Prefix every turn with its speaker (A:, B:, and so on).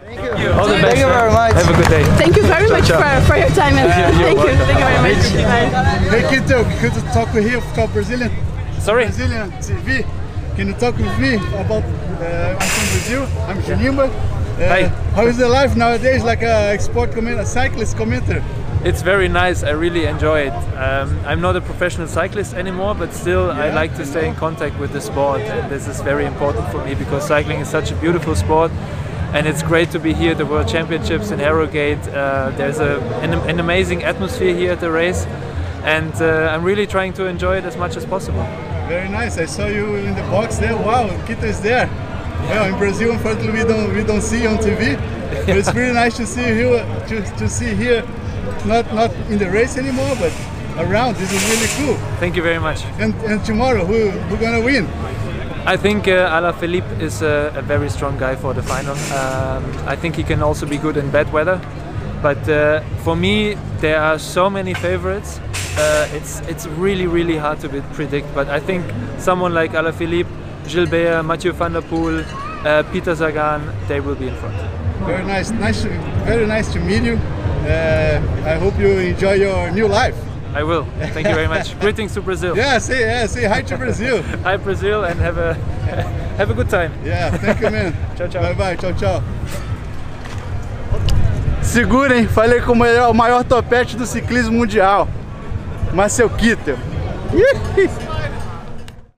A: you. All the best.
B: Thank you very much.
A: Have a good day.
C: Thank you very much
A: ciao.
C: For, for your time and thank you,
A: welcome.
C: thank you very much. Bye.
D: Hey kiddo, could you talk with here from Brazilian
A: Sorry.
D: Brazilian TV? Can you talk with me about? Uh, I'm from Brazil. I'm Genimba. Uh,
A: Hi.
D: How is the life nowadays? Like a sport commentator, a cyclist commentator.
A: It's very nice. I really enjoy it. Um, I'm not a professional cyclist anymore, but still, I like to stay in contact with the sport, and this is very important for me because cycling is such a beautiful sport. And it's great to be here at the World Championships in Harrogate. Uh, there's a, an, an amazing atmosphere here at the race, and uh, I'm really trying to enjoy it as much as possible.
D: Very nice. I saw you in the box there. Wow, Quito is there. Well, in Brazil, unfortunately, we don't we don't see you on TV. But it's really nice to see you to, to see here, not not in the race anymore, but around. This is really cool.
A: Thank you very much.
D: And and tomorrow, who who gonna win?
A: I think uh, Alaphilippe is a, a very strong guy for the final. Um, I think he can also be good in bad weather. But uh, for me, there are so many favorites. Uh, it's it's really really hard to be, predict. But I think someone like Alaphilippe, Gilbert, Mathieu van der Poel, uh, Peter Sagan, they will be in front.
D: Very nice, nice, to- very nice to meet you. Uh, I hope you enjoy your new life.
A: I will. Thank you very much. Greetings to Brazil.
D: Yeah, say yeah, say hi to Brazil.
A: Hi Brazil, and have a have a good time.
D: Yeah, thank you, man.
A: Tchau, tchau.
D: Bye bye, tchau, tchau. Segurem, falei com o maior, o maior topete do ciclismo mundial, Marcel Kittel.